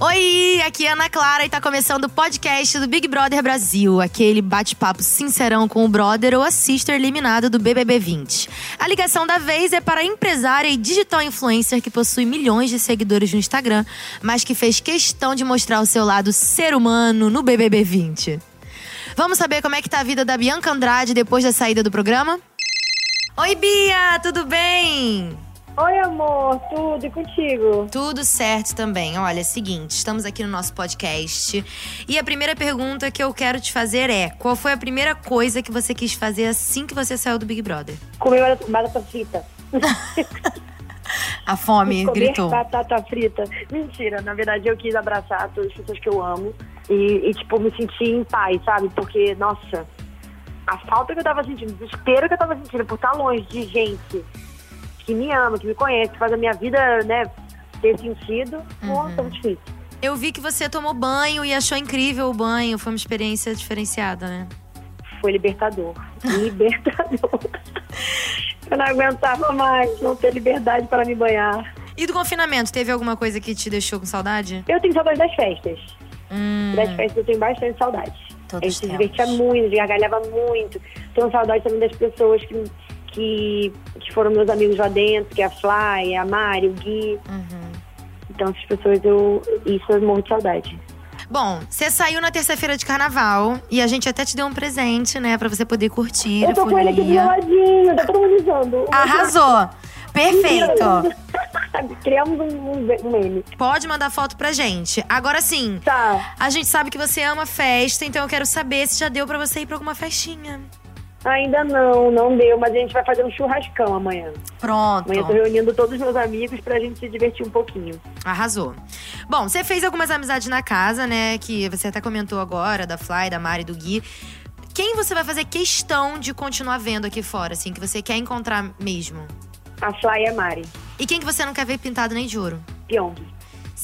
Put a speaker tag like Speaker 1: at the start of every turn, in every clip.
Speaker 1: Oi, aqui é Ana Clara e tá começando o podcast do Big Brother Brasil, aquele bate-papo sincerão com o brother ou a sister eliminado do BBB 20. A ligação da vez é para a empresária e digital influencer que possui milhões de seguidores no Instagram, mas que fez questão de mostrar o seu lado ser humano no BBB 20. Vamos saber como é que tá a vida da Bianca Andrade depois da saída do programa? Oi, Bia, tudo bem?
Speaker 2: Oi, amor, tudo e contigo?
Speaker 1: Tudo certo também. Olha, é seguinte, estamos aqui no nosso podcast. E a primeira pergunta que eu quero te fazer é: qual foi a primeira coisa que você quis fazer assim que você saiu do Big Brother?
Speaker 2: Comeu batata frita.
Speaker 1: A fome
Speaker 2: Comer
Speaker 1: gritou.
Speaker 2: batata frita. Mentira, na verdade eu quis abraçar todas as pessoas que eu amo e, e, tipo, me sentir em paz, sabe? Porque, nossa, a falta que eu tava sentindo, o desespero que eu tava sentindo por estar longe de gente que me ama, que me conhece, que faz a minha vida, né, ter sentido, nossa, muito difícil.
Speaker 1: Eu vi que você tomou banho e achou incrível o banho. Foi uma experiência diferenciada, né?
Speaker 2: Foi libertador. Libertador. eu não aguentava mais não ter liberdade para me banhar.
Speaker 1: E do confinamento, teve alguma coisa que te deixou com saudade?
Speaker 2: Eu tenho saudade das festas.
Speaker 1: Hum,
Speaker 2: Das festas eu tenho bastante saudade. a
Speaker 1: todos
Speaker 2: gente se
Speaker 1: temos.
Speaker 2: divertia muito, gargalhava muito. Tenho saudade também das pessoas que, que, que foram meus amigos lá dentro, que é a Fly, a Mari, o Gui.
Speaker 1: Uhum.
Speaker 2: Então essas pessoas eu. Isso eu morro de saudade.
Speaker 1: Bom, você saiu na terça-feira de carnaval e a gente até te deu um presente, né, Pra você poder curtir
Speaker 2: eu
Speaker 1: a
Speaker 2: tô com ele aqui do meu
Speaker 1: folia.
Speaker 2: ladinho, tá todo mundo usando.
Speaker 1: Arrasou! Perfeito!
Speaker 2: Criamos um, um meme.
Speaker 1: Pode mandar foto pra gente. Agora sim,
Speaker 2: Tá.
Speaker 1: a gente sabe que você ama festa, então eu quero saber se já deu pra você ir pra alguma festinha.
Speaker 2: Ainda não, não deu, mas a gente vai fazer um churrascão amanhã.
Speaker 1: Tá Pronto.
Speaker 2: Amanhã eu tô reunindo todos os meus amigos pra gente se divertir um pouquinho.
Speaker 1: Arrasou. Bom, você fez algumas amizades na casa, né? Que você até comentou agora, da Fly, da Mari, do Gui. Quem você vai fazer questão de continuar vendo aqui fora, assim, que você quer encontrar mesmo?
Speaker 2: A Fly e a Mari.
Speaker 1: E quem que você não quer ver pintado nem de ouro?
Speaker 2: Pyong.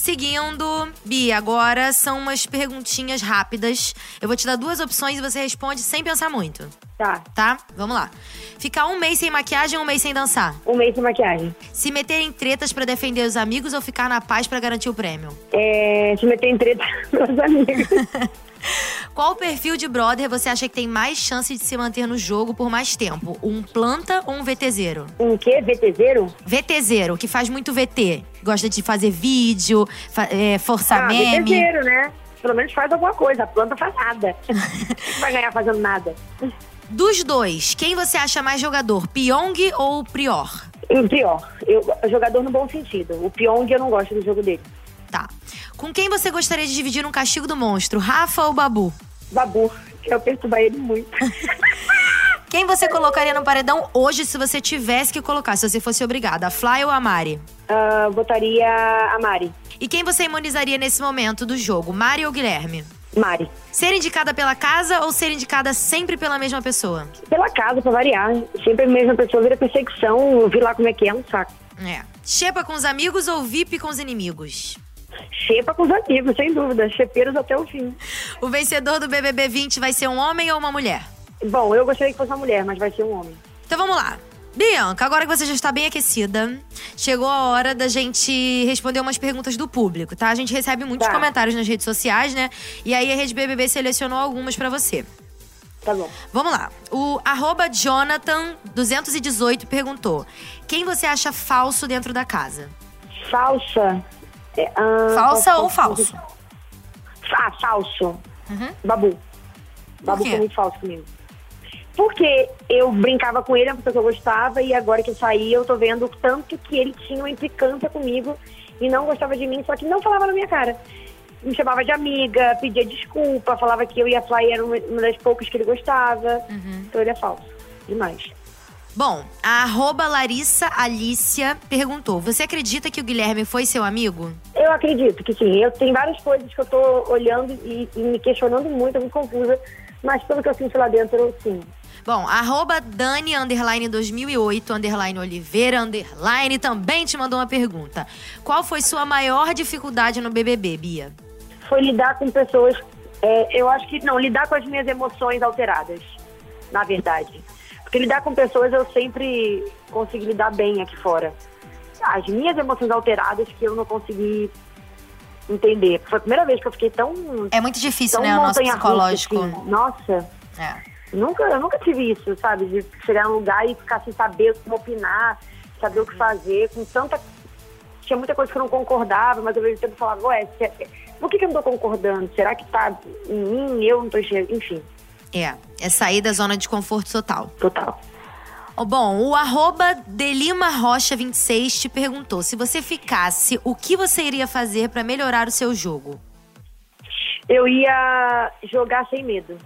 Speaker 1: Seguindo, Bia, agora são umas perguntinhas rápidas. Eu vou te dar duas opções e você responde sem pensar muito,
Speaker 2: Tá.
Speaker 1: tá? Vamos lá. Ficar um mês sem maquiagem ou um mês sem dançar?
Speaker 2: Um mês de maquiagem.
Speaker 1: Se meter em tretas pra defender os amigos ou ficar na paz pra garantir o prêmio?
Speaker 2: É, se meter em treta com meus amigos.
Speaker 1: Qual perfil de brother você acha que tem mais chance de se manter no jogo por mais tempo? Um planta ou um VTZero?
Speaker 2: Um quê? VTZero?
Speaker 1: VTZero, que faz muito VT. Gosta de fazer vídeo, fa- é,
Speaker 2: Ah,
Speaker 1: forçar meme.
Speaker 2: VTZero, né? Pelo menos faz alguma coisa. A planta faz nada. Não vai ganhar fazendo nada.
Speaker 1: Dos dois, quem você acha mais jogador? Pyong ou Prior?
Speaker 2: E o pior, eu, jogador no bom sentido. O Pyong eu não gosto do jogo dele.
Speaker 1: Tá. Com quem você gostaria de dividir um castigo do monstro? Rafa ou Babu?
Speaker 2: Babu, que eu perturbar ele muito.
Speaker 1: Quem você colocaria no paredão hoje se você tivesse que colocar, se você fosse obrigada? A Fly ou a Mari?
Speaker 2: Ah, botaria a Mari.
Speaker 1: E quem você imunizaria nesse momento do jogo? Mari ou Guilherme?
Speaker 2: Mari.
Speaker 1: Ser indicada pela casa ou ser indicada sempre pela mesma pessoa?
Speaker 2: Pela casa, pra variar. Sempre a mesma pessoa vira perseguição. Eu vi lá como é que é, um saco.
Speaker 1: É. Xepa com os amigos ou VIP com os inimigos?
Speaker 2: Xepa com os amigos, sem dúvida. Chepeiros até o fim.
Speaker 1: O vencedor do BBB 20 vai ser um homem ou uma mulher?
Speaker 2: Bom, eu gostaria que fosse uma mulher, mas vai ser um homem.
Speaker 1: Então vamos lá. Bianca, agora que você já está bem aquecida, chegou a hora da gente responder umas perguntas do público, tá? A gente recebe muitos
Speaker 2: Tá.
Speaker 1: comentários nas redes sociais, né? E aí a Rede BBB selecionou algumas pra você.
Speaker 2: Tá bom.
Speaker 1: Vamos lá. O arroba Jonathan218 perguntou: Quem você acha falso dentro da casa?
Speaker 2: Falsa. É, ah,
Speaker 1: Falsa
Speaker 2: posso-
Speaker 1: ou falso?
Speaker 2: Ah, falso.
Speaker 1: Uhum.
Speaker 2: Babu. Babu
Speaker 1: quê?
Speaker 2: foi muito falso comigo. Porque eu brincava com ele, é uma pessoa que eu gostava, e agora que eu saí, eu tô vendo o tanto que ele tinha uma implicância comigo e não gostava de mim, só que não falava na minha cara. Me chamava de amiga, pedia desculpa, falava que eu e a Fly eram uma das poucas que ele gostava.
Speaker 1: Uhum.
Speaker 2: Então ele é falso. Demais.
Speaker 1: Bom, a arroba Larissa Alicia perguntou: Você acredita que o Guilherme foi seu amigo?
Speaker 2: Eu acredito que sim. Eu tenho várias coisas que eu tô olhando e, e me questionando muito, eu me confusa. Mas pelo que eu sinto lá dentro, sim.
Speaker 1: Bom, arroba Dani, underline 2008, underline Oliveira, underline, também te mandou uma pergunta. Qual foi sua maior dificuldade no BBB, Bia?
Speaker 2: foi lidar com pessoas. é, eu acho que não, lidar com as minhas emoções alteradas, na verdade. Porque lidar com pessoas eu sempre consegui lidar bem aqui fora. As minhas emoções alteradas que eu não consegui entender. Foi a primeira vez que eu fiquei tão.
Speaker 1: É muito difícil,
Speaker 2: tão
Speaker 1: né? O nosso
Speaker 2: montanha-russa,
Speaker 1: psicológico.
Speaker 2: assim. Nossa,
Speaker 1: É.
Speaker 2: nunca, eu nunca tive isso, sabe? De chegar num lugar e ficar sem saber como opinar, saber o que fazer, com tanta. Tinha muita coisa que eu não concordava, mas ao mesmo tempo eu falava, ué, se- é, por que, que eu não tô concordando? Será que tá em mim? Eu não tô enxergando. Enfim,
Speaker 1: É. É sair da zona de conforto total.
Speaker 2: total.
Speaker 1: Ó, Bom, o arroba delimarocha26 te perguntou se você ficasse, o que você iria fazer pra melhorar o seu jogo?
Speaker 2: Eu ia jogar sem medo.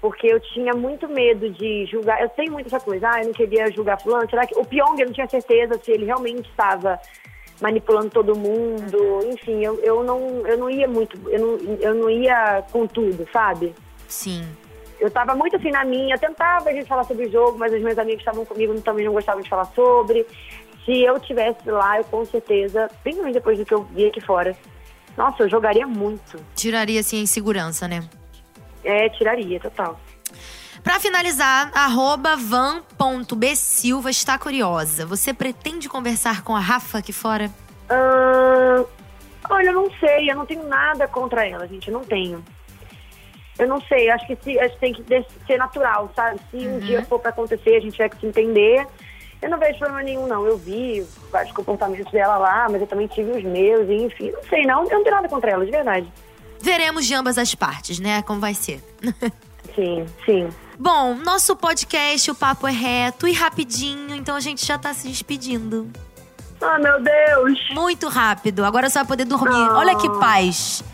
Speaker 2: Porque eu tinha muito medo de julgar. Eu tenho muito essa coisa. Ah, eu não queria julgar fulano. Será que. O Pyong, eu não tinha certeza se ele realmente estava manipulando todo mundo. Enfim, eu, eu, não, eu não ia muito. Eu não, eu não ia com tudo, sabe?
Speaker 1: Sim.
Speaker 2: Eu tava muito assim na minha. Tentava a gente falar sobre o jogo, mas os meus amigos que estavam comigo também não gostavam de falar sobre. Se eu tivesse lá, eu com certeza, principalmente depois do que eu vi aqui fora, nossa, eu jogaria muito.
Speaker 1: Tiraria, assim, a insegurança, né?
Speaker 2: É, tiraria, total.
Speaker 1: Pra finalizar, arroba van.bsilva está curiosa. Você pretende conversar com a Rafa aqui fora?
Speaker 2: Ahn, olha, eu não sei, eu não tenho nada contra ela, gente, eu não tenho. Eu não sei, acho que se, acho que tem que des- ser natural, sabe? Se um dia for pra acontecer, a gente tiver que se entender. Eu não vejo problema nenhum, não. Eu vi vários comportamentos dela lá, mas eu também tive os meus, e enfim. Não sei, não. Eu não tenho nada contra ela, de verdade.
Speaker 1: Veremos de ambas as partes, né? Como vai ser.
Speaker 2: Sim, sim.
Speaker 1: Bom, nosso podcast, o papo é reto e rapidinho, então a gente já tá se despedindo.
Speaker 2: Ah, meu Deus!
Speaker 1: Muito rápido, agora você vai poder dormir.
Speaker 2: Ah.
Speaker 1: Olha que paz.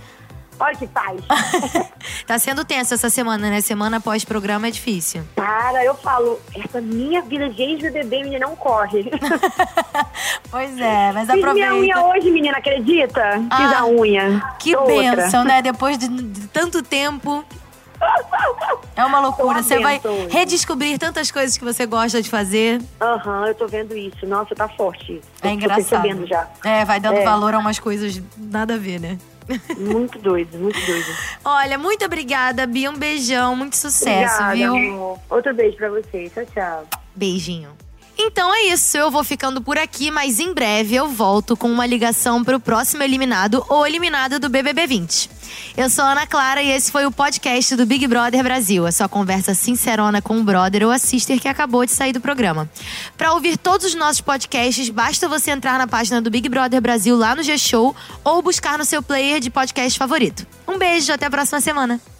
Speaker 2: Olha que paz!
Speaker 1: Tá sendo tenso essa semana, né? Semana após programa é difícil.
Speaker 2: Cara, eu falo, essa minha vida de ex-BBB, menina, não corre.
Speaker 1: Pois é, mas
Speaker 2: Fiz minha unha hoje, menina, acredita? Fiz
Speaker 1: Ah,
Speaker 2: a unha.
Speaker 1: Que
Speaker 2: Tô outra.
Speaker 1: bênção, né? Depois de, de tanto tempo. É uma loucura.
Speaker 2: Tô
Speaker 1: Você vai
Speaker 2: adentro hoje.
Speaker 1: redescobrir tantas coisas que você gosta de fazer.
Speaker 2: Aham, eu tô vendo isso. Nossa, tá forte.
Speaker 1: É
Speaker 2: Eu
Speaker 1: engraçado.
Speaker 2: Tô percebendo já.
Speaker 1: É, vai dando
Speaker 2: É.
Speaker 1: valor a umas coisas nada a ver, né?
Speaker 2: Muito doido, muito doido.
Speaker 1: Olha, muito obrigada, Bia. Um beijão, muito sucesso,
Speaker 2: Obrigada,
Speaker 1: viu?
Speaker 2: amor. Outro beijo pra vocês. Tchau, tchau.
Speaker 1: Beijinho. Então é isso, eu vou ficando por aqui, mas em breve eu volto com uma ligação pro próximo eliminado ou eliminada do BBB 20. Eu sou a Ana Clara e esse foi o podcast do Big Brother Brasil, a sua conversa sincerona com o brother ou a sister que acabou de sair do programa. Para ouvir todos os nossos podcasts, basta você entrar na página do Big Brother Brasil lá no G-Show ou buscar no seu player de podcast favorito. Um beijo, até a próxima semana.